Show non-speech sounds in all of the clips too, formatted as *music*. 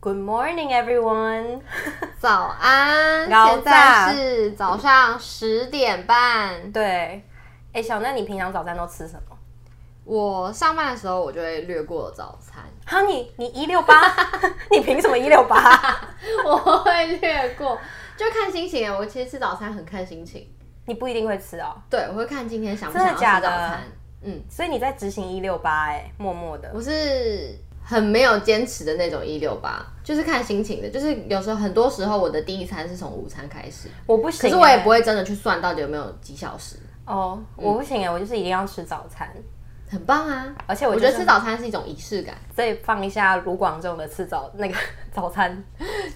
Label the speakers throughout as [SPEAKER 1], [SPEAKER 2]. [SPEAKER 1] Good morning, everyone！
[SPEAKER 2] 早安，
[SPEAKER 1] 早
[SPEAKER 2] 现在
[SPEAKER 1] 上
[SPEAKER 2] 是早上十点半。
[SPEAKER 1] 对，哎，小娜，你平常早餐都吃什么？
[SPEAKER 2] 我上班的时候，我就会略过早餐，
[SPEAKER 1] 哈，你你一六八，你凭什么一六八？
[SPEAKER 2] *laughs* 我会略过，就看心情。我其实吃早餐很看心情，
[SPEAKER 1] 你不一定会吃哦，
[SPEAKER 2] 对，我会看今天想不
[SPEAKER 1] 真的
[SPEAKER 2] 想要吃
[SPEAKER 1] 假
[SPEAKER 2] 早
[SPEAKER 1] 的
[SPEAKER 2] 餐。嗯，
[SPEAKER 1] 所以你在执行一六八，哎，默默的。
[SPEAKER 2] 我是很没有坚持的那种一六八，就是看心情的，就是有时候很多时候我的第一餐是从午餐开始，
[SPEAKER 1] 我不行欸，
[SPEAKER 2] 可是我也不会真的去算到底有没有几小时。
[SPEAKER 1] 哦，我不行哎，我就是一定要吃早餐，
[SPEAKER 2] 很棒啊！
[SPEAKER 1] 而且我
[SPEAKER 2] 我
[SPEAKER 1] 就
[SPEAKER 2] 觉
[SPEAKER 1] 是
[SPEAKER 2] 得吃早餐是一种仪式感。
[SPEAKER 1] 所以放一下卢广仲的吃早那个 *laughs* 早餐。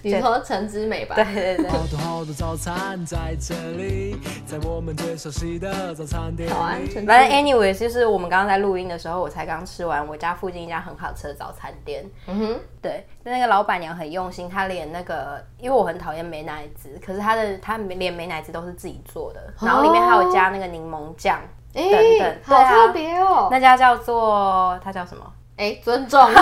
[SPEAKER 2] 你说陈之美吧？
[SPEAKER 1] 对对对，
[SPEAKER 3] 好多好多早餐在这里，在我们最熟悉的早餐店里。
[SPEAKER 2] 早安，陈之
[SPEAKER 1] 反正
[SPEAKER 2] 美。
[SPEAKER 1] anyways，就是我们刚刚在录音的时候，我才刚吃完我家附近一家很好吃的早餐店。
[SPEAKER 2] 嗯哼，
[SPEAKER 1] 对，那个老板娘很用心，她连那个，因为我很讨厌美乃滋，可是她的她连美乃滋都是自己做的，然后里面还有加那个柠檬酱。
[SPEAKER 2] 哎
[SPEAKER 1] 等等
[SPEAKER 2] 好
[SPEAKER 1] 对啊
[SPEAKER 2] 特别哦。
[SPEAKER 1] 那家叫做它叫什么？
[SPEAKER 2] 哎，尊重。
[SPEAKER 1] 等一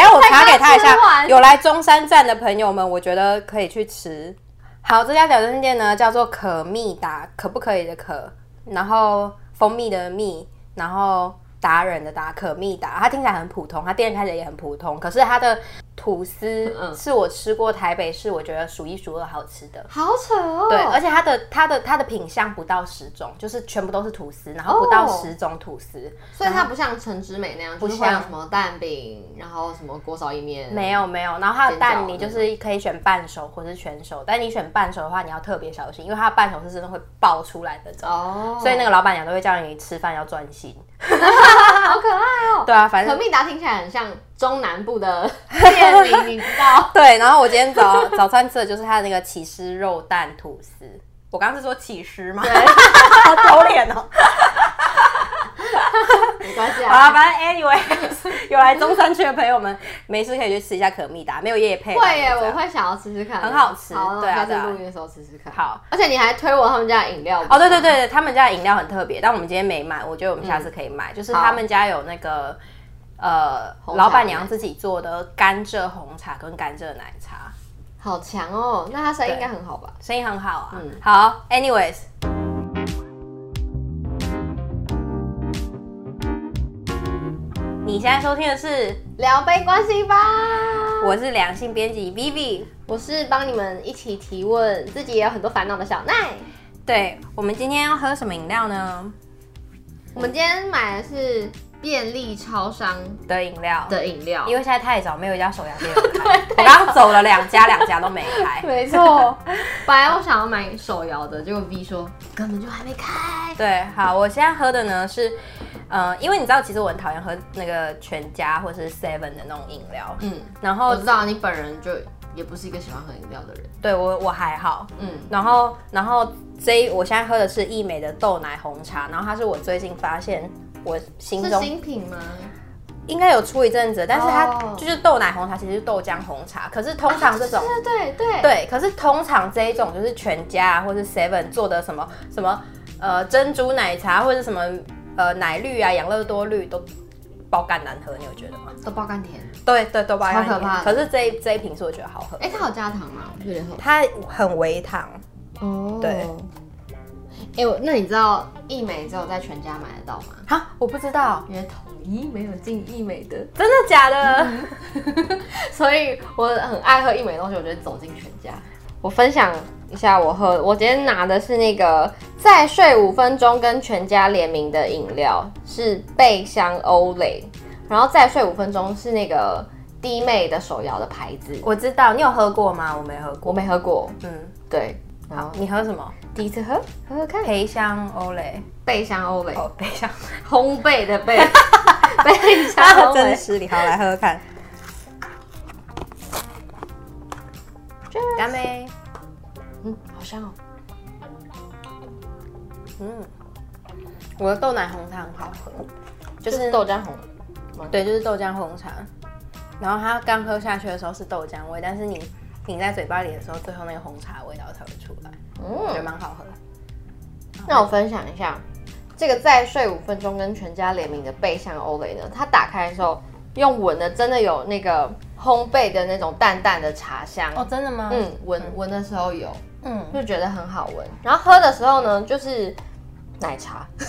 [SPEAKER 1] 下我查给他一
[SPEAKER 2] 才刚吃
[SPEAKER 1] 下。
[SPEAKER 2] 完
[SPEAKER 1] 有来中山站的朋友们，我觉得可以去吃。好，这家早餐店呢叫做可蜜达，可不可以的可，然后蜂蜜的蜜，然后达人的达，可蜜达。它听起来很普通，它店开起来也很普通，可是它的吐司
[SPEAKER 2] 嗯
[SPEAKER 1] 是我吃过台北市我觉得数一数二好吃的。
[SPEAKER 2] *laughs* 好扯哦。
[SPEAKER 1] 对，而且它的它的它的品相不到十种，就是全部都是吐司，然后不到十种吐司。
[SPEAKER 2] 哦所以它不像陈之美那样，就是
[SPEAKER 1] 不
[SPEAKER 2] 会有
[SPEAKER 1] 像
[SPEAKER 2] 什么蛋饼，然后什么锅烧意面。
[SPEAKER 1] 没有没有，然后它的蛋你
[SPEAKER 2] 煎饺
[SPEAKER 1] 就是可以选半熟或是全熟，但你选半熟的话，你要特别小心，因为它的半熟是真的会爆出来的那种。
[SPEAKER 2] 哦，
[SPEAKER 1] 所以那个老板娘都会叫你吃饭要专心。
[SPEAKER 2] 好可爱哦。
[SPEAKER 1] 对啊，反
[SPEAKER 2] 可
[SPEAKER 1] 正 *laughs*
[SPEAKER 2] 密达听起来很像中南部的店名，你知
[SPEAKER 1] *laughs*
[SPEAKER 2] 道？
[SPEAKER 1] 对。然后我今天早早餐吃的就是它的那个起司肉蛋吐司。我刚刚是说起司 *laughs* 吗？好丢脸哦！
[SPEAKER 2] 没关系
[SPEAKER 1] 好了，
[SPEAKER 2] 啊，
[SPEAKER 1] 反正 anyway，有来中山区的朋友们，没事可以去吃一下可蜜达，没有夜配啦。
[SPEAKER 2] 会耶，
[SPEAKER 1] 就这
[SPEAKER 2] 我
[SPEAKER 1] 样
[SPEAKER 2] 会想要吃吃看，
[SPEAKER 1] 很好吃
[SPEAKER 2] 好，那我
[SPEAKER 1] 对啊
[SPEAKER 2] 下次
[SPEAKER 1] 对啊
[SPEAKER 2] 录音的时候吃吃看。
[SPEAKER 1] 好，
[SPEAKER 2] 而且你还推我他们家的饮料
[SPEAKER 1] 哦，对对，对，他们家的饮料很特别，但我们今天没买，我觉得我们
[SPEAKER 2] 嗯
[SPEAKER 1] 下次可以买。就是他们家有那个呃，
[SPEAKER 2] 红茶
[SPEAKER 1] 老板娘自己做的甘蔗红茶跟甘蔗奶茶，
[SPEAKER 2] 好强哦。那他生意
[SPEAKER 1] 对
[SPEAKER 2] 应该很好吧？
[SPEAKER 1] 生意很好啊。
[SPEAKER 2] 嗯
[SPEAKER 1] 好，anyways，你现在收听的是，
[SPEAKER 2] 聊杯关系吧。
[SPEAKER 1] 我是良性编辑 Vivi。
[SPEAKER 2] 我是帮你们一起提问，自己也有很多烦恼的小奈。
[SPEAKER 1] 对我们今天要喝什么饮料呢？
[SPEAKER 2] 我们今天买的是便利超商
[SPEAKER 1] 的饮料，
[SPEAKER 2] 的饮料，
[SPEAKER 1] 因为现在太早，没有一家手摇店有开。
[SPEAKER 2] *laughs*
[SPEAKER 1] 我刚刚走了两家，两家都没开。
[SPEAKER 2] 没错。 *laughs* 本来我想要买手摇的，结果 V 说根本就还没开。
[SPEAKER 1] 对，好，我现在喝的呢是，呃，因为你知道，其实我很讨厌喝那个全家或是 Seven 的那种饮料，
[SPEAKER 2] 嗯，
[SPEAKER 1] 然
[SPEAKER 2] 我
[SPEAKER 1] 后
[SPEAKER 2] 知道你本人就也不是一个喜欢喝饮料的人。
[SPEAKER 1] 对我我还好，
[SPEAKER 2] 嗯，
[SPEAKER 1] 然后然后这一我现在喝的是益美的豆奶红茶，然后它是我最近发现我心
[SPEAKER 2] 是
[SPEAKER 1] 中
[SPEAKER 2] 新品吗？
[SPEAKER 1] 应该有出一阵子，但是它
[SPEAKER 2] 哦
[SPEAKER 1] 就是豆奶红茶，其实是豆浆红茶，可是通常这种。
[SPEAKER 2] 对对对对，
[SPEAKER 1] 对，可是通常这一种就是全家啊或是 Seven 做的什么什么呃珍珠奶茶或者什么呃奶绿啊、养乐多绿都爆干难喝，你有觉得吗？
[SPEAKER 2] 都爆甘甜。
[SPEAKER 1] 对对，都爆干
[SPEAKER 2] 超可怕
[SPEAKER 1] 可是这一这一瓶是我觉得好喝，
[SPEAKER 2] 哎、它有加糖吗？有点喝。
[SPEAKER 1] 它很微糖，
[SPEAKER 2] 哦
[SPEAKER 1] 对。
[SPEAKER 2] 哎、我那你知道益美只有在全家买得到吗？
[SPEAKER 1] 哈，我不知道，
[SPEAKER 2] 因为统一没有进益美的。
[SPEAKER 1] 真的假的？
[SPEAKER 2] 所以我很爱喝一美的东西，我就会走进全家。我分享一下我喝，我今天拿的是那个再睡五分钟跟全家联名的饮料，是贝香欧蕾，然后再睡五分钟是那个弟妹的手摇的牌子，
[SPEAKER 1] 我知道，你有喝过吗？我没喝过，
[SPEAKER 2] 我没喝过，
[SPEAKER 1] 嗯，
[SPEAKER 2] 对，好，
[SPEAKER 1] 你喝什么？
[SPEAKER 2] 第一次喝，喝喝看，
[SPEAKER 1] 培香欧蕾，
[SPEAKER 2] 贝香
[SPEAKER 1] *laughs*
[SPEAKER 2] 欧蕾，
[SPEAKER 1] 哦，培香，
[SPEAKER 2] 烘焙的贝， *laughs* 贝香
[SPEAKER 1] *laughs* 它
[SPEAKER 2] 欧
[SPEAKER 1] 很真
[SPEAKER 2] 蕾，
[SPEAKER 1] 实，你好，来喝喝看，干杯。
[SPEAKER 2] 嗯，好香哦，
[SPEAKER 1] 嗯，我的豆奶红茶很好喝，就
[SPEAKER 2] 就是是豆浆红，
[SPEAKER 1] 对，就是豆浆红茶。然后它刚喝下去的时候是豆浆味，但是你抿在嘴巴里的时候，最后那个红茶的味道才会出来，我觉得
[SPEAKER 2] 嗯。
[SPEAKER 1] 蛮好喝。
[SPEAKER 2] 那我分享一下，这个再睡五分钟跟全家联名的贝香欧蕾呢，它打开的时候，用闻的，真的有那个烘焙的那种淡淡的茶香。
[SPEAKER 1] 哦，真的吗？
[SPEAKER 2] 嗯，闻闻的时候有，
[SPEAKER 1] 嗯，
[SPEAKER 2] 就觉得很好闻。然后喝的时候呢，就是奶
[SPEAKER 1] *laughs*
[SPEAKER 2] 茶， *laughs*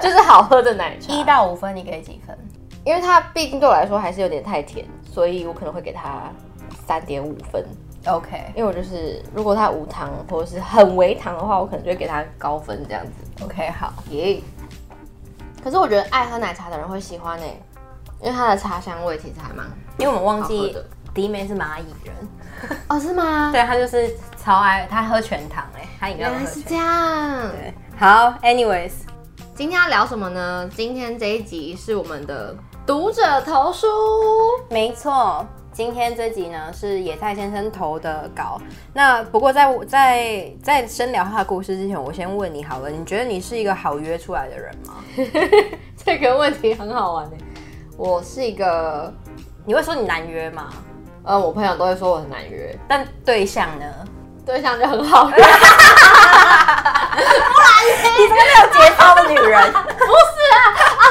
[SPEAKER 2] 就是好喝的奶茶。
[SPEAKER 1] 一到五分你给几分？
[SPEAKER 2] 因为它毕竟对我来说还是有点太甜，所以我可能会给它三点五分。
[SPEAKER 1] OK
[SPEAKER 2] 因为我就是如果它无糖或者是很微糖的话，我可能就会给它高分这样子。
[SPEAKER 1] OK，好，
[SPEAKER 2] 耶、可是我觉得爱喝奶茶的人会喜欢呢、欸因为它的茶香味其实还蛮……
[SPEAKER 1] 因为我们忘
[SPEAKER 2] 好喝
[SPEAKER 1] 记
[SPEAKER 2] 的
[SPEAKER 1] 迪妹是蚂蚁人，
[SPEAKER 2] 哦，是吗？
[SPEAKER 1] 对，她就是超爱，她喝全糖哎、她饮料
[SPEAKER 2] 原
[SPEAKER 1] 都
[SPEAKER 2] 来
[SPEAKER 1] 喝
[SPEAKER 2] 是
[SPEAKER 1] 全
[SPEAKER 2] 这样。
[SPEAKER 1] 对，好，anyways，
[SPEAKER 2] 今天要聊什么呢？今天这一集是我们的读者投书。 *laughs*
[SPEAKER 1] 没错，今天这集呢是野菜先生投的稿。那不过在我在在深聊他的故事之前，我先问你好了，你觉得你是一个好约出来的人吗？
[SPEAKER 2] 这个问题很好玩呢、欸我是一个
[SPEAKER 1] 你会说你难约吗？
[SPEAKER 2] 呃，我朋友都会说我很难约，
[SPEAKER 1] 但对象呢？
[SPEAKER 2] 对象就很好约。
[SPEAKER 1] 你怎么没有节操的女人？
[SPEAKER 2] *laughs*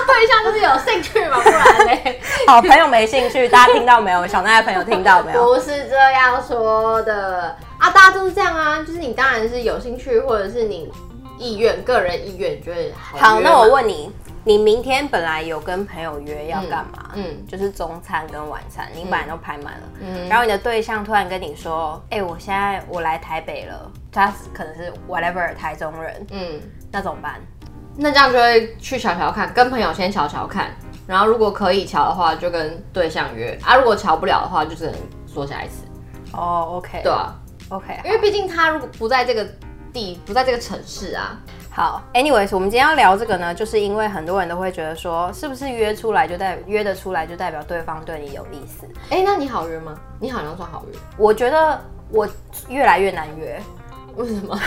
[SPEAKER 2] 对象就是有兴趣嘛，不然嘞？
[SPEAKER 1] 好朋友没兴趣，大家听到没有？小奈的朋友听到没有？
[SPEAKER 2] 不是这样说的啊，大家都是这样啊，就是你当然是有兴趣，或者是你意愿、个人意愿觉得好约嘛。
[SPEAKER 1] 好，那我问你，你明天本来有跟朋友约要干嘛？
[SPEAKER 2] 嗯
[SPEAKER 1] 就是中餐跟晚餐，你本来都排满了，
[SPEAKER 2] 嗯
[SPEAKER 1] 然后你的对象突然跟你说：“哎、我现在我来台北了。”他可能是 whatever 台中人，
[SPEAKER 2] 嗯，
[SPEAKER 1] 那怎么办？
[SPEAKER 2] 那这样就会去瞧瞧看，跟朋友先瞧瞧看，然后如果可以瞧的话，就跟对象约啊；如果瞧不了的话，就只能说下一次。
[SPEAKER 1] 哦，OK、o k
[SPEAKER 2] 对啊，
[SPEAKER 1] ，OK，
[SPEAKER 2] 因为毕竟他如果不在这个地，不在这个城市啊，
[SPEAKER 1] 好。Anyways，我们今天要聊这个呢，就是因为很多人都会觉得说，是不是约出来就代约得出来就代表对方对你有意思？
[SPEAKER 2] 哎、那你好约吗？你好像算好约，
[SPEAKER 1] 我觉得我越来越难约，
[SPEAKER 2] 为什
[SPEAKER 1] *laughs*
[SPEAKER 2] 么？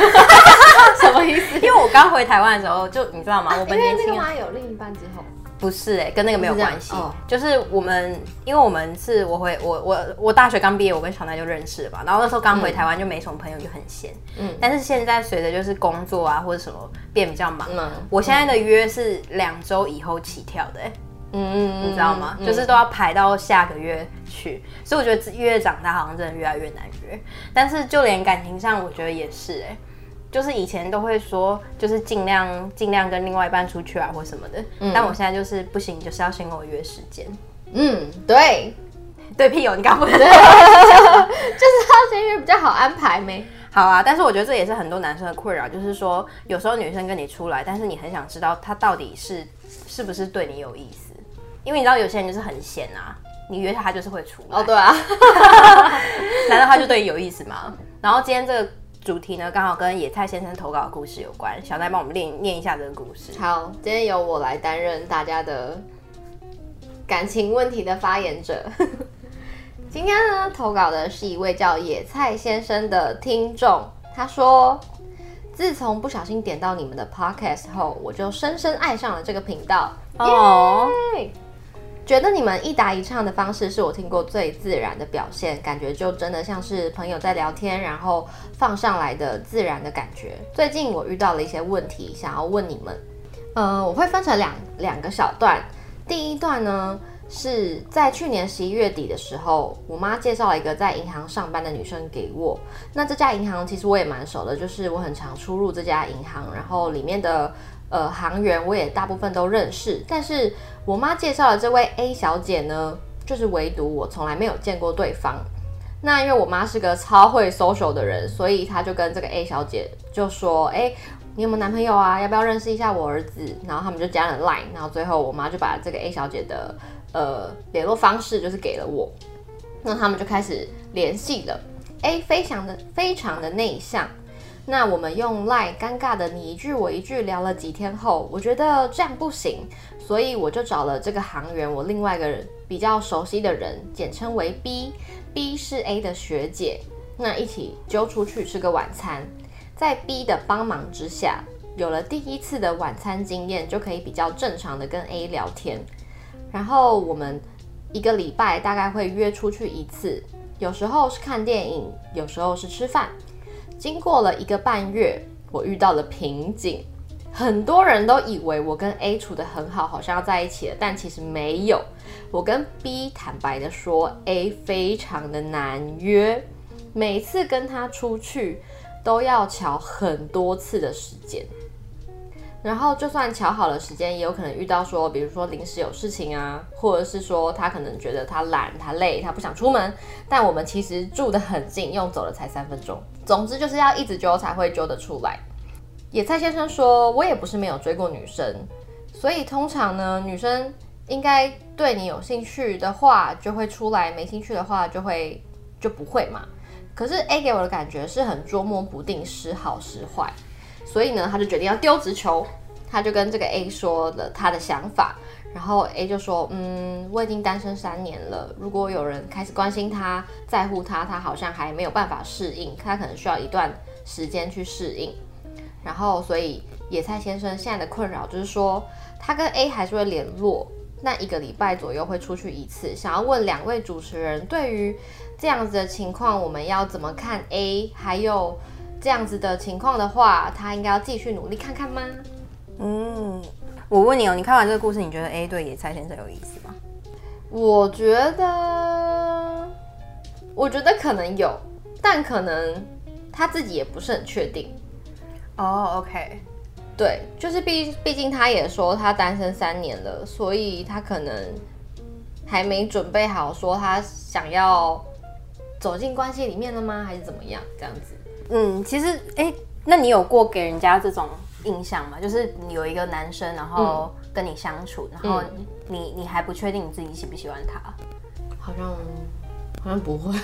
[SPEAKER 2] 什么意思？
[SPEAKER 1] 因为我刚回台湾的时候，就你知道吗？我们
[SPEAKER 2] 啊因为
[SPEAKER 1] 年
[SPEAKER 2] 那
[SPEAKER 1] 轻
[SPEAKER 2] 个
[SPEAKER 1] 的
[SPEAKER 2] 妈有另一半之后，
[SPEAKER 1] 不是哎、跟那个没有关系，
[SPEAKER 2] 不是这样哦
[SPEAKER 1] 就是我们，因为我们是我回我我我大学刚毕业，我跟小奈就认识了嘛，然后那时候刚回台湾就没什么朋友，就很闲，嗯
[SPEAKER 2] 嗯，
[SPEAKER 1] 但是现在随着就是工作啊或者什么变比较忙，
[SPEAKER 2] 嗯
[SPEAKER 1] 我现在的约是两周以后起跳的、欸，
[SPEAKER 2] 嗯，
[SPEAKER 1] 你知道吗？就是都要排到下个月去，所以我觉得越长大好像真的越来越难约。但是就连感情上，我觉得也是哎、就是以前都会说，就是尽量尽量跟另外一半出去啊或什么的，但我现在就是不行，就是要先跟我约时间。
[SPEAKER 2] 嗯，对，
[SPEAKER 1] 对屁友，哦你刚不是？
[SPEAKER 2] 就是要先约比较好安排没？
[SPEAKER 1] 好啊，但是我觉得这也是很多男生的困扰，就是说有时候女生跟你出来，但是你很想知道她到底是是不是对你有意思，因为你知道有些人就是很闲啊，你约他就是会出来。
[SPEAKER 2] 哦，对啊，
[SPEAKER 1] 难道他就对你有意思吗？然后今天这个主题呢，刚好跟野菜先生投稿的故事有关，小奈帮我们念念一下这个故事。
[SPEAKER 2] 好，今天由我来担任大家的感情问题的发言者。 *laughs* 今天呢，投稿的是一位叫野菜先生的听众，他说：“自从不小心点到你们的 podcast 后，我就深深爱上了这个频道。”
[SPEAKER 1] 哦，
[SPEAKER 2] 觉得你们一打一唱的方式是我听过最自然的表现，感觉就真的像是朋友在聊天，然后放上来的自然的感觉。最近我遇到了一些问题，想要问你们。嗯、我会分成两两个小段。第一段呢，是在去年十一月底的时候，我妈介绍了一个在银行上班的女生给我。那这家银行其实我也蛮熟的，就是我很常出入这家银行，然后里面的呃行员我也大部分都认识。但是我妈介绍的这位 A 小姐呢，就是唯独我从来没有见过对方。那因为我妈是个超会 social 的人，所以她就跟这个 A 小姐就说：“哎、你有没有男朋友啊？要不要认识一下我儿子？”然后他们就加了 Line，然后最后我妈就把这个 A 小姐的呃联络方式就是给了我，那他们就开始联系了。A 非常的非常的内向，那我们用 Line 尴尬的你一句我一句聊了几天后，我觉得这样不行，所以我就找了这个行员，我另外一个人比较熟悉的人，简称为 B，B 是 A 的学姐，那一起揪出去吃个晚餐。在 B 的帮忙之下，有了第一次的晚餐经验，就可以比较正常的跟 A 聊天。然后我们一个礼拜大概会约出去一次，有时候是看电影，有时候是吃饭。经过了一个半月，我遇到了瓶颈。很多人都以为我跟 A 处的很好，好像要在一起了，但其实没有。我跟 B 坦白的说，A 非常的难约，每次跟他出去都要瞧很多次的时间。然后就算瞧好了时间，也有可能遇到说，比如说临时有事情啊，或者是说他可能觉得他懒、他累、他不想出门，但我们其实住得很近，用走了才三分钟。总之就是要一直揪才会揪得出来。野菜先生说，我也不是没有追过女生，所以通常呢，女生应该对你有兴趣的话就会出来，没兴趣的话就会就不会嘛。可是 A 给我的感觉是很捉摸不定，时好时坏。所以呢，他就决定要丢直球，他就跟这个 A 说了他的想法，然后 A 就说，嗯，我已经单身三年了，如果有人开始关心他、在乎他，他好像还没有办法适应，他可能需要一段时间去适应。然后，所以野菜先生现在的困扰就是说，他跟 A 还是会联络，那一个礼拜左右会出去一次。想要问两位主持人，对于这样子的情况，我们要怎么看 A？还有这样子的情况的话，他应该要继续努力看看吗？
[SPEAKER 1] 嗯，我问你哦，你看完这个故事，你觉得 A 对野菜先生有意思吗？
[SPEAKER 2] 我觉得，我觉得可能有，但可能他自己也不是很确定。
[SPEAKER 1] 哦、o k
[SPEAKER 2] 对，就是毕毕竟他也说他单身三年了，所以他可能还没准备好说他想要走进关系里面了吗？还是怎么样？这样子，
[SPEAKER 1] 嗯，其实哎、诶那你有过给人家这种印象吗？就是你有一个男生，然后跟你相处，然后
[SPEAKER 2] 嗯
[SPEAKER 1] 你你还不确定你自己喜不喜欢他，
[SPEAKER 2] 好像好像不会， *laughs* 因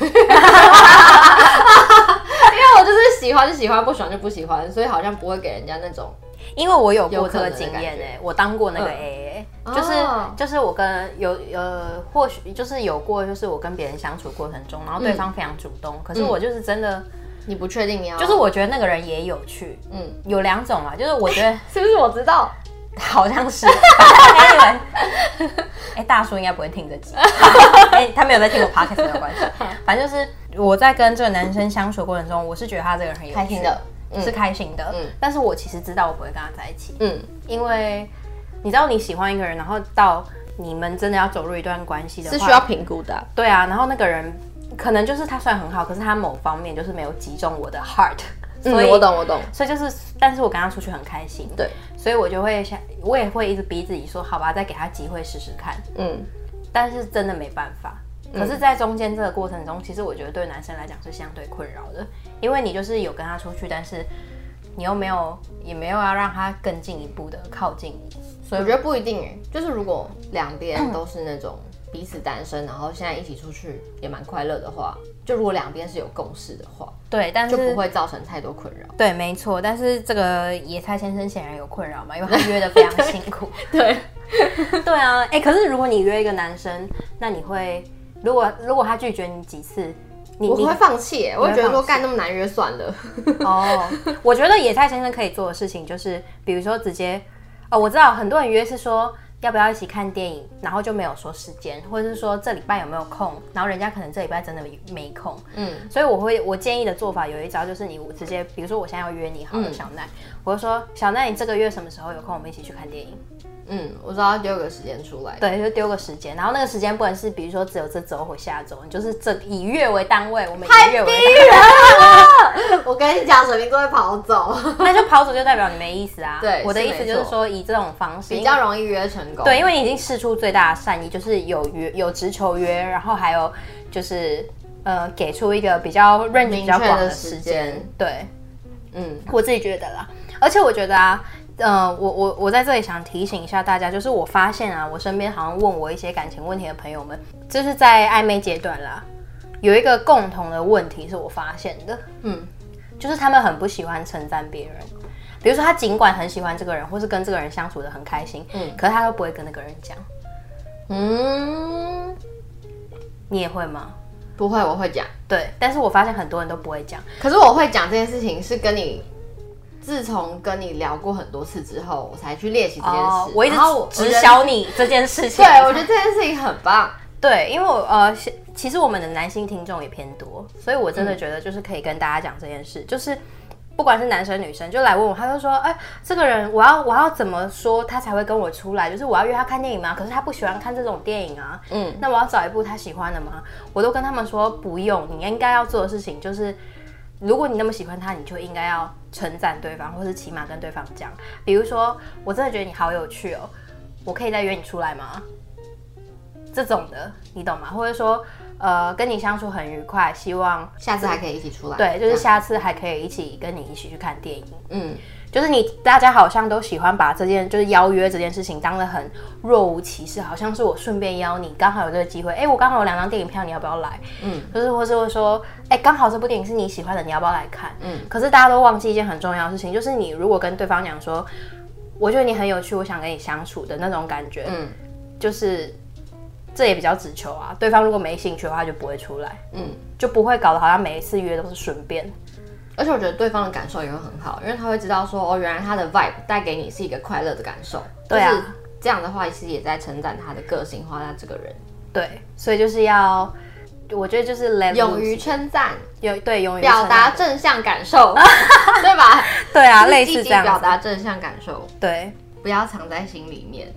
[SPEAKER 2] 为我就是喜欢就喜欢，不喜欢就不喜欢，所以好像不会给人家那种
[SPEAKER 1] 因为我有
[SPEAKER 2] 有
[SPEAKER 1] 过这
[SPEAKER 2] 可
[SPEAKER 1] 个
[SPEAKER 2] 能的
[SPEAKER 1] 经
[SPEAKER 2] 感
[SPEAKER 1] 验
[SPEAKER 2] 觉
[SPEAKER 1] 哎、我当过那个
[SPEAKER 2] 嗯
[SPEAKER 1] A，、
[SPEAKER 2] 哦
[SPEAKER 1] 就是、就是我跟有呃，或许就是有过，就是我跟别人相处过程中，然后
[SPEAKER 2] 嗯
[SPEAKER 1] 对方非常主动，可是我就是真的，
[SPEAKER 2] 你不确定你要，
[SPEAKER 1] 就是我觉得那个人也有趣，
[SPEAKER 2] 嗯，
[SPEAKER 1] 有两种啊，就是我觉得
[SPEAKER 2] 是不是我知道？
[SPEAKER 1] 好像
[SPEAKER 2] *laughs*
[SPEAKER 1] 是，哎、哎大叔应该不会听这集， *laughs* 哎、他没有在听我 podcast 没有
[SPEAKER 2] *laughs*
[SPEAKER 1] 关系，反正就是我在跟这个男生相处过程中，我是觉得他这个人很有趣
[SPEAKER 2] 开心的嗯
[SPEAKER 1] 是开心的，
[SPEAKER 2] 嗯
[SPEAKER 1] 但是我其实知道我不会跟他在一起，
[SPEAKER 2] 嗯，
[SPEAKER 1] 因为你知道你喜欢一个人，然后到你们真的要走入一段关系的话，
[SPEAKER 2] 是需要评估的啊、
[SPEAKER 1] 对啊，然后那个人可能就是他虽然很好，可是他某方面就是没有击中我的 heart，所以、
[SPEAKER 2] 嗯，我懂，我懂，
[SPEAKER 1] 所以就是，但是我跟他出去很开心，
[SPEAKER 2] 对，
[SPEAKER 1] 所以我就会想，我也会一直逼自己说，好吧，再给他机会试试看，
[SPEAKER 2] 嗯，
[SPEAKER 1] 但是真的没办法。可是，在中间这个过程中，其实我觉得对男生来讲是相对困扰的，因为你就是有跟他出去，但是你又没有，也没有要让他更进一步的靠近你，所
[SPEAKER 2] 我
[SPEAKER 1] 以
[SPEAKER 2] 觉得不一定欸诶，就是如果两边都是那种彼此单身，然后现在一起出去也蛮快乐的话，就如果两边是有共识的话，
[SPEAKER 1] 对，但是
[SPEAKER 2] 就不会造成太多困扰。
[SPEAKER 1] 对，没错。但是这个野菜先生显然有困扰嘛，因为他约的非常辛苦。
[SPEAKER 2] 对，
[SPEAKER 1] *laughs* 对啊，哎、可是如果你约一个男生，那你会如果如果他拒绝你几次，你
[SPEAKER 2] 我
[SPEAKER 1] 你
[SPEAKER 2] 会放弃欸耶，我会觉得
[SPEAKER 1] 你会放
[SPEAKER 2] 说
[SPEAKER 1] 弃
[SPEAKER 2] 干那么难约算了。
[SPEAKER 1] *laughs* 哦，我觉得野菜先生可以做的事情就是，比如说直接哦，我知道很多人约是说要不要一起看电影，然后就没有说时间，或者是说这礼拜有没有空，然后人家可能这礼拜真的没空，
[SPEAKER 2] 嗯，
[SPEAKER 1] 所以我会我建议的做法有一招就是你直接，比如说我现在要约你好了，
[SPEAKER 2] 嗯
[SPEAKER 1] 小奈，我就说小奈你这个月什么时候有空，我们一起去看电影，
[SPEAKER 2] 嗯，我知道要丢个时间出来。
[SPEAKER 1] 对，就丢个时间，然后那个时间不能是比如说只有这周或下周，你就是这以月为单位，我们以月为单位
[SPEAKER 2] 我跟你讲，水瓶座会跑走，
[SPEAKER 1] 那就跑走就代表你没意思啊。
[SPEAKER 2] 对
[SPEAKER 1] 我的
[SPEAKER 2] 是
[SPEAKER 1] 意思
[SPEAKER 2] 没
[SPEAKER 1] 就是
[SPEAKER 2] 错
[SPEAKER 1] 说以这种方式
[SPEAKER 2] *laughs* 比
[SPEAKER 1] 因为
[SPEAKER 2] 较容易约成功。
[SPEAKER 1] 对，，因为你已经试出最大的善意，就是有约、有直球约，然后还有就是呃，给出一个比较 range 比较广
[SPEAKER 2] 明确
[SPEAKER 1] 的
[SPEAKER 2] 的
[SPEAKER 1] 时
[SPEAKER 2] 时
[SPEAKER 1] 间
[SPEAKER 2] 间。
[SPEAKER 1] 对
[SPEAKER 2] 嗯，
[SPEAKER 1] 我自己觉得啦，而且我觉得啊。呃，我我我在这里想提醒一下大家，就是我发现啊，我身边好像问我一些感情问题的朋友们，就是在暧昧阶段啦，有一个共同的问题是我发现的，
[SPEAKER 2] 嗯，
[SPEAKER 1] 就是他们很不喜欢称赞别人。比如说，他尽管很喜欢这个人，或是跟这个人相处的很开心，嗯
[SPEAKER 2] 嗯，
[SPEAKER 1] 可是他都不会跟那个人讲。
[SPEAKER 2] 嗯，
[SPEAKER 1] 你也会吗？
[SPEAKER 2] 不会，我会讲。
[SPEAKER 1] 对，但是我发现很多人都不会讲。
[SPEAKER 2] 可是我会讲这件事情是跟你，自从跟你聊过很多次之后，我才去练习这件事。
[SPEAKER 1] 哦我一直
[SPEAKER 2] 然后
[SPEAKER 1] 直
[SPEAKER 2] 觉得
[SPEAKER 1] 销你这件事情。
[SPEAKER 2] 对，我觉得这件事情很棒。
[SPEAKER 1] 对，因为我呃，其其实我们的男性听众也偏多，所以我真的觉得就是可以跟大家讲这件事，就是不管是男生女生，就来问我，他就说，哎、这个人我要我要怎么说他才会跟我出来？就是我要约他看电影吗？可是他不喜欢看这种电影啊，
[SPEAKER 2] 嗯，
[SPEAKER 1] 那我要找一部他喜欢的吗？我都跟他们说不用，你应该要做的事情就是，如果你那么喜欢他，你就应该要称赞对方，或是起码跟对方讲，比如说我真的觉得你好有趣哦，我可以再约你出来吗？这种的，你懂吗？或者说，呃，跟你相处很愉快，希望
[SPEAKER 2] 下次还可以一起出来。嗯
[SPEAKER 1] 对，就是
[SPEAKER 2] 这样，
[SPEAKER 1] 下次还可以一起跟你一起去看电影。
[SPEAKER 2] 嗯，
[SPEAKER 1] 就是你大家好像都喜欢把这件就是邀约这件事情当得很若无其事，好像是我顺便邀你，刚好有这个机会，哎、我刚好有两张电影票，你要不要来？
[SPEAKER 2] 嗯
[SPEAKER 1] 嗯，就是或是会说，哎、刚好这部电影是你喜欢的，你要不要来看？
[SPEAKER 2] 嗯
[SPEAKER 1] 嗯，可是大家都忘记一件很重要的事情，就是你如果跟对方讲说，我觉得你很有趣，我想跟你相处的那种感觉，
[SPEAKER 2] 嗯
[SPEAKER 1] 嗯，就是这也比较直球啊，对方如果没兴趣的话就不会出来，
[SPEAKER 2] 嗯
[SPEAKER 1] 嗯，就不会搞得好像每一次约都是顺便，
[SPEAKER 2] 而且我觉得对方的感受也会很好，因为他会知道说，哦，原来他的 vibe 带给你是一个快乐的感受。
[SPEAKER 1] 对啊
[SPEAKER 2] 就是这样的话其实也在称赞他的个性化，他这个人
[SPEAKER 1] 对，所以就是要。我觉得就是 let
[SPEAKER 2] 勇
[SPEAKER 1] loose
[SPEAKER 2] 于称赞，
[SPEAKER 1] 有对勇于
[SPEAKER 2] 表达
[SPEAKER 1] 承认
[SPEAKER 2] 正向感 *laughs* 受，对吧？
[SPEAKER 1] 对啊，
[SPEAKER 2] 就是
[SPEAKER 1] 类
[SPEAKER 2] 积
[SPEAKER 1] 似
[SPEAKER 2] 极
[SPEAKER 1] 这样
[SPEAKER 2] 表
[SPEAKER 1] 子
[SPEAKER 2] 达正向感受，
[SPEAKER 1] 对。
[SPEAKER 2] 不要藏在心里面。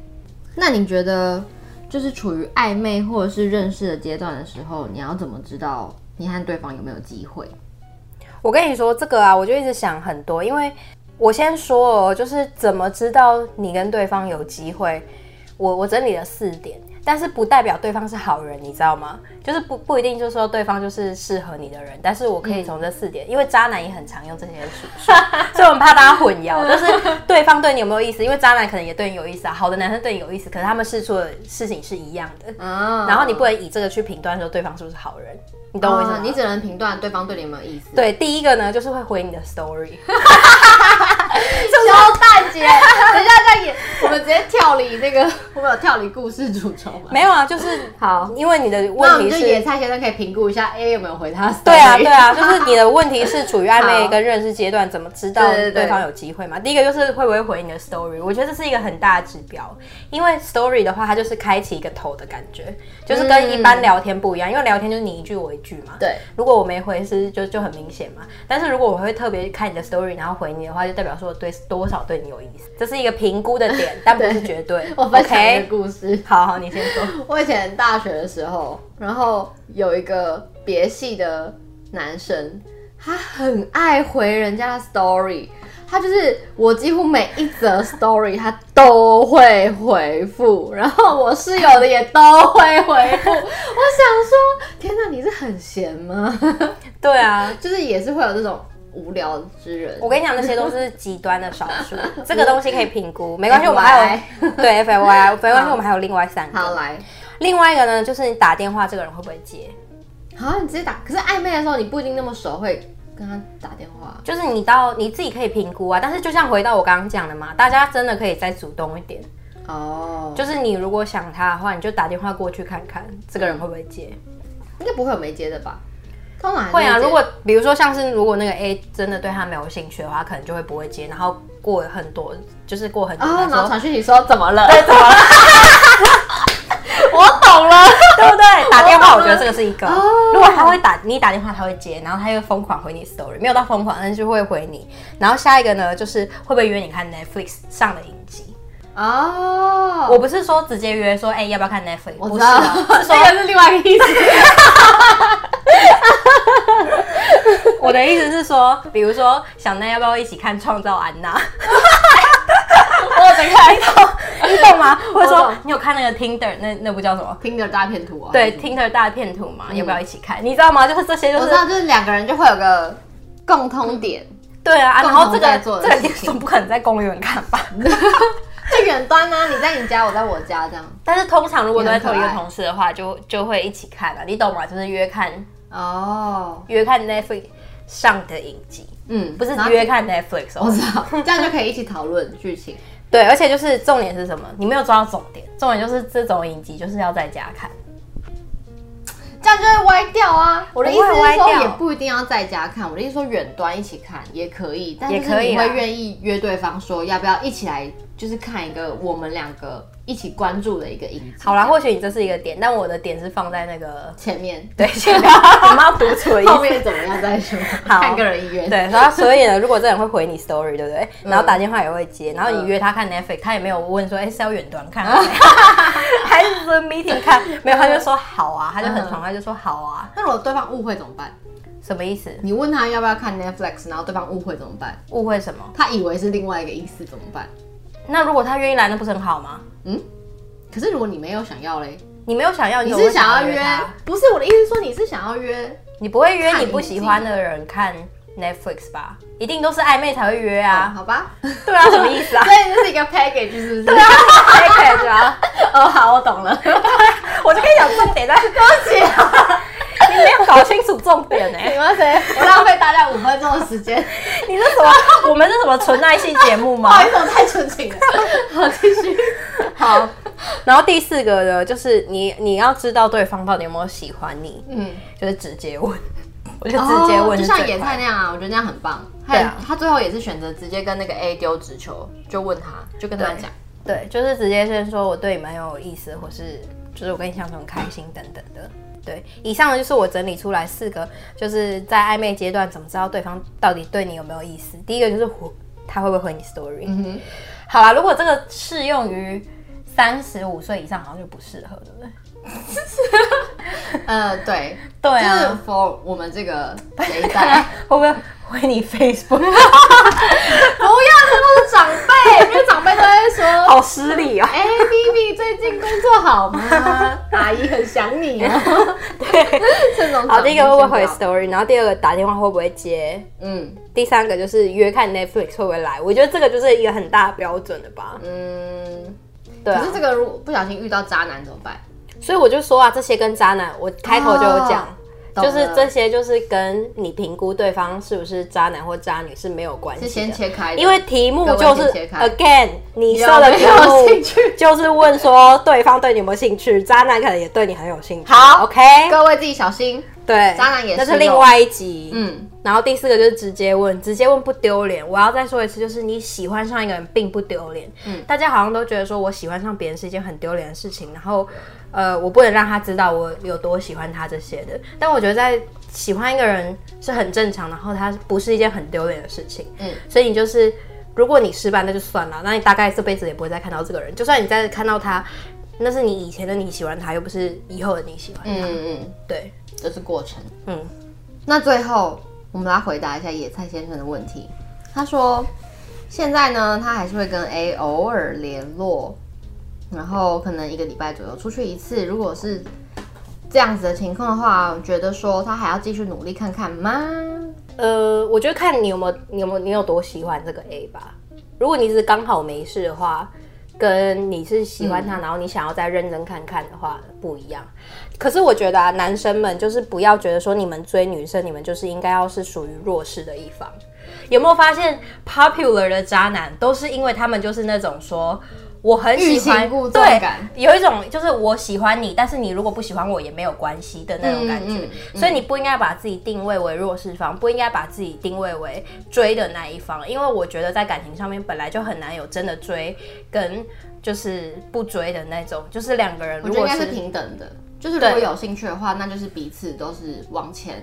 [SPEAKER 2] 那你觉得，就是处于暧昧或者是认识的阶段的时候，你要怎么知道你和对方有没有机会？
[SPEAKER 1] 我跟你说这个啊，我就一直想很多，因为我先说哦，就是怎么知道你跟对方有机会，我我整理了四点，但是不代表对方是好人，你知道吗？就是不不一定就是说对方就是适合你的人，但是我可以从这四点，因为渣男也很常用这些叙述， *laughs* 所以我很怕大家混淆，就是对方对你有没有意思，因为渣男可能也对你有意思啊，好的男生对你有意思，可是他们试出的事情是一样的，
[SPEAKER 2] 啊
[SPEAKER 1] 然后你不能以这个去评断说对方是不是好人，你懂我意思吗？
[SPEAKER 2] 你只能评断对方对你有没有意思。，
[SPEAKER 1] 对第一个呢，就是会回你的 story，
[SPEAKER 2] 肖大姐， *laughs* 等一下再演，我们直接跳离那个， *laughs* 我们有跳离故事主轴吗？
[SPEAKER 1] 没有啊，就是
[SPEAKER 2] 好，
[SPEAKER 1] 因为你的
[SPEAKER 2] 那我
[SPEAKER 1] 问
[SPEAKER 2] 们
[SPEAKER 1] 题
[SPEAKER 2] 就是野，菜先生可以评估一下 A 有没有回他 story。
[SPEAKER 1] 对啊对啊，就是你的问题是处于暧昧
[SPEAKER 2] 好
[SPEAKER 1] 跟认识阶段，怎么知道
[SPEAKER 2] 对对对
[SPEAKER 1] 对方有机会嘛？第一个就是会不会回你的 story，我觉得这是一个很大的指标，因为 story 的话，它就是开启一个头的感觉，就是跟一般聊天不一样，因为聊天就是你一句我一句嘛，
[SPEAKER 2] 嗯对，
[SPEAKER 1] 如果我没回是就就很明显嘛，但是如果我会特别看你的 story，然后回你的话，就代表说我对多少对你有意思，这是一个评估的点，但不是绝对。
[SPEAKER 2] *laughs* 我分享一个
[SPEAKER 1] OK，
[SPEAKER 2] 故事。
[SPEAKER 1] 好好，你先
[SPEAKER 2] *laughs*
[SPEAKER 1] 说。
[SPEAKER 2] 我以前大学的时候，然后有一个别系的男生，他很爱回人家的 story，他就是我几乎每一则 story 他都会回复，然后我室友的也都会回复。我想说，天哪，你是很闲吗？ *laughs*
[SPEAKER 1] 对啊，
[SPEAKER 2] 就是也是会有这种无聊之人。
[SPEAKER 1] 我跟你讲，那些都是极端的少
[SPEAKER 2] *laughs*
[SPEAKER 1] 数，这个东西可以评估，没关系，
[SPEAKER 2] FYI
[SPEAKER 1] 我们还有 *laughs* 对 F Y I，没关系，我们还有另外三
[SPEAKER 2] 好
[SPEAKER 1] 个。
[SPEAKER 2] 来，
[SPEAKER 1] 另外一个呢，就是你打电话，这个人会不会接？
[SPEAKER 2] 好，你直接打。可是暧昧的时候，你不一定那么熟，会跟他打电话。
[SPEAKER 1] 就是你到你自己可以评估啊，但是就像回到我刚刚讲的嘛，大家真的可以再主动一点。
[SPEAKER 2] 哦，就
[SPEAKER 1] 就是你如果想他的话，你就打电话过去看看这个人会不会接。
[SPEAKER 2] 嗯应该不会有没接的吧？通常还是
[SPEAKER 1] 会啊，
[SPEAKER 2] 接
[SPEAKER 1] 如果比如说像是如果那个 A 真的对他没有兴趣的话，可能就会不会接，然后过了很多就是过很多，
[SPEAKER 2] 哦，然
[SPEAKER 1] 他
[SPEAKER 2] 后
[SPEAKER 1] 说
[SPEAKER 2] 传讯息说怎么了？
[SPEAKER 1] 对怎么了，
[SPEAKER 2] *laughs* 我懂了。
[SPEAKER 1] 对不对？打电话我觉得这个是一个
[SPEAKER 2] 哦，
[SPEAKER 1] 如果他会打你打电话他会接，然后他又疯狂回你 story，没有到疯狂，但是就会回你。然后下一个呢，就是会不会约你看 Netflix 上的影集？
[SPEAKER 2] 哦，
[SPEAKER 1] 我不是说直接约说哎、要不要看 Netflix，
[SPEAKER 2] 我
[SPEAKER 1] 不
[SPEAKER 2] 知
[SPEAKER 1] 是
[SPEAKER 2] 道，
[SPEAKER 1] 哦，是说
[SPEAKER 2] *laughs* 这个是另外一个意思。
[SPEAKER 1] *laughs* 我的意思是说，比如说小奈要不要一起看《创造安娜》？
[SPEAKER 2] *laughs* 我有在看
[SPEAKER 1] 你懂吗？或者
[SPEAKER 2] 我
[SPEAKER 1] 说
[SPEAKER 2] 懂
[SPEAKER 1] 你有看那个 Tinder 那那部叫什么？
[SPEAKER 2] Tinder 大片图啊，
[SPEAKER 1] 对，Tinder 大片图嘛，要不要一起看？你知道吗？就是这些，就
[SPEAKER 2] 嗯我
[SPEAKER 1] 是
[SPEAKER 2] 知道，就是两个人就会有个共
[SPEAKER 1] *laughs*
[SPEAKER 2] 通点，
[SPEAKER 1] 对啊。啊
[SPEAKER 2] 共
[SPEAKER 1] 然
[SPEAKER 2] 同
[SPEAKER 1] 后这
[SPEAKER 2] 在
[SPEAKER 1] 个
[SPEAKER 2] 做的
[SPEAKER 1] 这个
[SPEAKER 2] 事
[SPEAKER 1] 你
[SPEAKER 2] 情
[SPEAKER 1] 总不可能在公园看吧？ *laughs*
[SPEAKER 2] 就远端啊，你在你家，我在我家这样。
[SPEAKER 1] 但是通常如果
[SPEAKER 2] 也
[SPEAKER 1] 都
[SPEAKER 2] 很
[SPEAKER 1] 在同一个
[SPEAKER 2] 可爱
[SPEAKER 1] 同事的话，就就会一起看了，啊你懂吗？就是约看
[SPEAKER 2] 哦，
[SPEAKER 1] 约看 Netflix 上的影集，
[SPEAKER 2] 嗯，
[SPEAKER 1] 不是
[SPEAKER 2] 然后
[SPEAKER 1] 约看 Netflix
[SPEAKER 2] 我
[SPEAKER 1] 哦。
[SPEAKER 2] 知道，这样就可以一起讨论剧情。
[SPEAKER 1] 对，而且就是重点是什么？你没有抓到重点，重点就是这种影集就是要在家看。
[SPEAKER 2] 这样就会歪掉啊！我的意思
[SPEAKER 1] 不会
[SPEAKER 2] 是
[SPEAKER 1] 歪
[SPEAKER 2] 说，
[SPEAKER 1] 掉
[SPEAKER 2] 也不一定要在家看，我的意思说远端一起看也可以，但就是
[SPEAKER 1] 也可以
[SPEAKER 2] 你
[SPEAKER 1] 啦
[SPEAKER 2] 会愿意约对方说要不要一起来，就是看一个我们两个一起关注的一个影集。
[SPEAKER 1] 好啦，或许你这是一个点，但我的点是放在那个
[SPEAKER 2] *laughs* 前面
[SPEAKER 1] 对，你妈独处的意
[SPEAKER 2] 后 *laughs*
[SPEAKER 1] 思。
[SPEAKER 2] 面怎么样再说，
[SPEAKER 1] 好
[SPEAKER 2] 看个人意愿。，
[SPEAKER 1] 对，然后所以呢，如果这人会回你 story，对不对？
[SPEAKER 2] 嗯
[SPEAKER 1] 然后打电话也会接，然后你约他看 Netflix，他也没有问说，哎、是要远端看，
[SPEAKER 2] *laughs*
[SPEAKER 1] 还是 Zoom meeting 看？
[SPEAKER 2] 嗯
[SPEAKER 1] 没有，他就说好啊，他就很爽，他就说好啊，
[SPEAKER 2] 那如果对方误会怎么办？
[SPEAKER 1] 什么意思？
[SPEAKER 2] 你问他要不要看 Netflix，然后对方误会怎么办？
[SPEAKER 1] 误会什么？
[SPEAKER 2] 他以为是另外一个意思怎么办？嗯
[SPEAKER 1] 那如果他愿意来，那不是很好吗？
[SPEAKER 2] 可是如果你没有想要嘞，
[SPEAKER 1] 你没有想要，
[SPEAKER 2] 你
[SPEAKER 1] 怎么
[SPEAKER 2] 是
[SPEAKER 1] 会
[SPEAKER 2] 想要约
[SPEAKER 1] 约他？
[SPEAKER 2] 不是我的意思是说你是想要约
[SPEAKER 1] 你不会约
[SPEAKER 2] 看
[SPEAKER 1] 你不
[SPEAKER 2] 影集
[SPEAKER 1] 喜欢的人看 Netflix 吧？一定都是暧昧才会约啊。
[SPEAKER 2] 啊？好吧， *laughs* 所
[SPEAKER 1] 对啊，什么意思啊？
[SPEAKER 2] 以这是一个 package 是不是？
[SPEAKER 1] *laughs* package 啊，
[SPEAKER 2] 啊哦，好，我懂了，对
[SPEAKER 1] 我就跟你讲重点在，
[SPEAKER 2] 不起啊，
[SPEAKER 1] *laughs* 你没有搞清楚重点呢、
[SPEAKER 2] 你们谁？我浪费大家五分钟的时间，
[SPEAKER 1] 你这什么？我们是什么纯爱系节目
[SPEAKER 2] 不
[SPEAKER 1] 吗
[SPEAKER 2] 好？ *laughs* 意思，我太纯情了。好，继续。
[SPEAKER 1] 好，然后第四个呢，就是你你要知道对方到底有没有喜欢你，
[SPEAKER 2] 嗯，
[SPEAKER 1] 就是直接问， *laughs* 我就直接问
[SPEAKER 2] 就
[SPEAKER 1] 最快、
[SPEAKER 2] 像野菜那样啊，我觉得那样很棒。
[SPEAKER 1] 对啊
[SPEAKER 2] 他他最后也是选择直接跟那个 A 丢直球，就问他，就跟他
[SPEAKER 1] 对
[SPEAKER 2] 讲。
[SPEAKER 1] 对，就是直接先说我对你蛮有意思，或是就是我跟你相处很开心等等的。对，以上呢就是我整理出来四个，就是在暧昧阶段怎么知道对方到底对你有没有意思。第一个就是我他会不会回你 story。
[SPEAKER 2] 嗯哼，
[SPEAKER 1] 好啦，如果这个适用于三十五岁以上，好像就不适合，对不对？
[SPEAKER 2] 呃，对，
[SPEAKER 1] 对
[SPEAKER 2] 就
[SPEAKER 1] 啊，
[SPEAKER 2] 是 for 我们这个这一代，
[SPEAKER 1] 会不会回你 Facebook？
[SPEAKER 2] *laughs* 不要，这都是长 *laughs* 辈，因为长辈都会说，
[SPEAKER 1] 好失礼哦。
[SPEAKER 2] 哎、b B 最近工作好吗？ *laughs* 阿姨很想你哦。
[SPEAKER 1] 对，
[SPEAKER 2] 这种
[SPEAKER 1] 好，第一个会不会回
[SPEAKER 2] 长辈
[SPEAKER 1] story？然后第二个打电话会不会接？
[SPEAKER 2] 嗯
[SPEAKER 1] 第三个就是约看 Netflix 会不会来？我觉得这个就是一个很大的标准了吧？
[SPEAKER 2] 嗯，
[SPEAKER 1] 对啊
[SPEAKER 2] 可是这个如果不小心遇到渣男怎么办？
[SPEAKER 1] 所以我就说啊，这些跟渣男，我开头就有讲。
[SPEAKER 2] 哦懂
[SPEAKER 1] 就
[SPEAKER 2] 了
[SPEAKER 1] 是这些，就是跟你评估对方是不是渣男或渣女是没有关系
[SPEAKER 2] 是
[SPEAKER 1] 的，
[SPEAKER 2] 先切开的，
[SPEAKER 1] 因为题目就
[SPEAKER 2] 各
[SPEAKER 1] 是
[SPEAKER 2] 位先切开
[SPEAKER 1] again，你
[SPEAKER 2] 有
[SPEAKER 1] 设的
[SPEAKER 2] 没
[SPEAKER 1] 题
[SPEAKER 2] 有
[SPEAKER 1] 目
[SPEAKER 2] 兴趣
[SPEAKER 1] 就是问说对方对你有没有兴趣，渣男可能也对你很有兴趣。
[SPEAKER 2] 好
[SPEAKER 1] ，OK，
[SPEAKER 2] 各位自己小心。
[SPEAKER 1] 对，
[SPEAKER 2] 渣男也是
[SPEAKER 1] 那是
[SPEAKER 2] 有
[SPEAKER 1] 另外一集。嗯，
[SPEAKER 2] 嗯，
[SPEAKER 1] 然后第四个就是直接问，直接问不丢脸。我要再说一次，就是你喜欢上一个人并不丢脸。嗯
[SPEAKER 2] 嗯，
[SPEAKER 1] 大家好像都觉得说我喜欢上别人是一件很丢脸的事情，然后呃，我不能让他知道我有多喜欢他这些的。但我觉得在喜欢一个人是很正常，然后他不是一件很丢脸的事情。嗯
[SPEAKER 2] 嗯，
[SPEAKER 1] 所以你就是。如果你失败，那就算了，那你大概这辈子也不会再看到这个人。就算你再看到他，那是你以前的你喜欢他，又不是以后的你喜欢他。
[SPEAKER 2] 嗯嗯，
[SPEAKER 1] 对，
[SPEAKER 2] 这是过程。
[SPEAKER 1] 嗯，
[SPEAKER 2] 那最后我们来回答一下野菜先生的问题。他说，现在呢，他还是会跟 A 偶尔联络，然后可能一个礼拜左右出去一次。如果是这样子的情况的话，我觉得说他还要继续努力看看吗？
[SPEAKER 1] 呃，我觉得看你有没有你有没有你有多喜欢这个 A 吧。如果你只是刚好没事的话，跟你是喜欢
[SPEAKER 2] 嗯
[SPEAKER 1] 他，然后你想要再认真看看的话不一样。可是我觉得啊，男生们就是不要觉得说你们追女生，你们就是应该要是属于弱势的一方。有没有发现 popular 的渣男都是因为他们就是那种说我很喜
[SPEAKER 2] 欲
[SPEAKER 1] 欢
[SPEAKER 2] 擒，故纵
[SPEAKER 1] 对
[SPEAKER 2] 感，
[SPEAKER 1] 有一种就是我喜欢你，但是你如果不喜欢我也没有关系的那种感觉。
[SPEAKER 2] 嗯嗯
[SPEAKER 1] 所以你不应该把自己定位为弱势方，不应该把自己定位为追的那一方，因为我觉得在感情上面本来就很难有真的追跟就是不追的那种，就是两个人
[SPEAKER 2] 我
[SPEAKER 1] 如
[SPEAKER 2] 觉得应
[SPEAKER 1] 果
[SPEAKER 2] 该是
[SPEAKER 1] 是
[SPEAKER 2] 平等的，就是如果
[SPEAKER 1] 对
[SPEAKER 2] 有兴趣的话，那就是彼此都是往前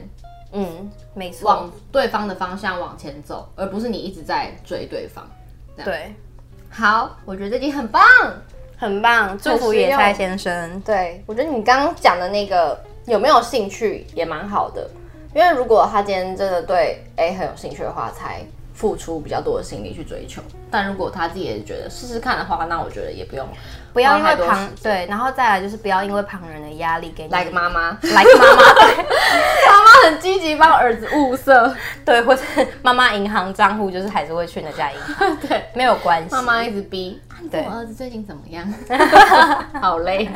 [SPEAKER 1] 嗯，没错
[SPEAKER 2] 往，对方的方向往前走，而不是你一直在追对方。
[SPEAKER 1] 对，
[SPEAKER 2] 好，我觉得这集很棒。
[SPEAKER 1] 很棒，祝福
[SPEAKER 2] 很实
[SPEAKER 1] 野菜
[SPEAKER 2] 用
[SPEAKER 1] 先生。
[SPEAKER 2] 对，我觉得你刚刚讲的那个有没有兴趣也蛮好的，因为如果他今天真的对 A 很有兴趣的话，才付出比较多的心力去追求。但如果他自己也觉得试试看的话，那我觉得也不用
[SPEAKER 1] 不要因
[SPEAKER 2] 花
[SPEAKER 1] 为
[SPEAKER 2] 太多
[SPEAKER 1] 旁
[SPEAKER 2] 时间
[SPEAKER 1] 对，然后再来就是不要因为旁人的压力给你
[SPEAKER 2] 来个
[SPEAKER 1] *laughs*
[SPEAKER 2] 妈妈，
[SPEAKER 1] 来个妈妈 *laughs* 对
[SPEAKER 2] 妈妈很积极帮儿子物色，
[SPEAKER 1] *laughs* 对，或者妈妈银行账户就是还是会去那家银行，
[SPEAKER 2] 对，
[SPEAKER 1] 没有关系。
[SPEAKER 2] 妈妈一直逼，啊你
[SPEAKER 1] 对
[SPEAKER 2] 跟我儿子最近怎么 *laughs* 样？好累。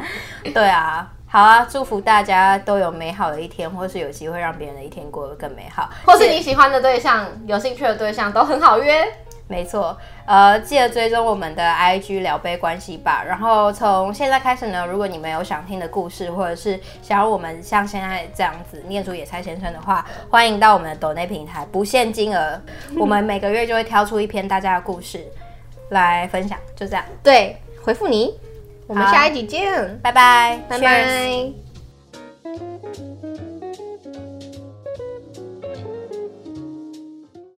[SPEAKER 1] 对啊，好啊，祝福大家都有美好的一天，或是有机会让别人的一天过得更美好。
[SPEAKER 2] 或是你喜欢的对象、有兴趣的对象都很好约。
[SPEAKER 1] 没错，呃，记得追踪我们的 IG 聊杯关系吧。然后从现在开始呢，如果你们有想听的故事，或者是想要我们像现在这样子念出野菜先生的话，欢迎到我们的抖内平台，不限金
[SPEAKER 2] *laughs*
[SPEAKER 1] 额，我们每个月就会挑出一篇大家的故事来分享。就这样，
[SPEAKER 2] 对，回复你。我们
[SPEAKER 1] 好
[SPEAKER 2] 下一集见，
[SPEAKER 1] 拜拜，
[SPEAKER 2] 拜
[SPEAKER 1] Cheers
[SPEAKER 2] 拜。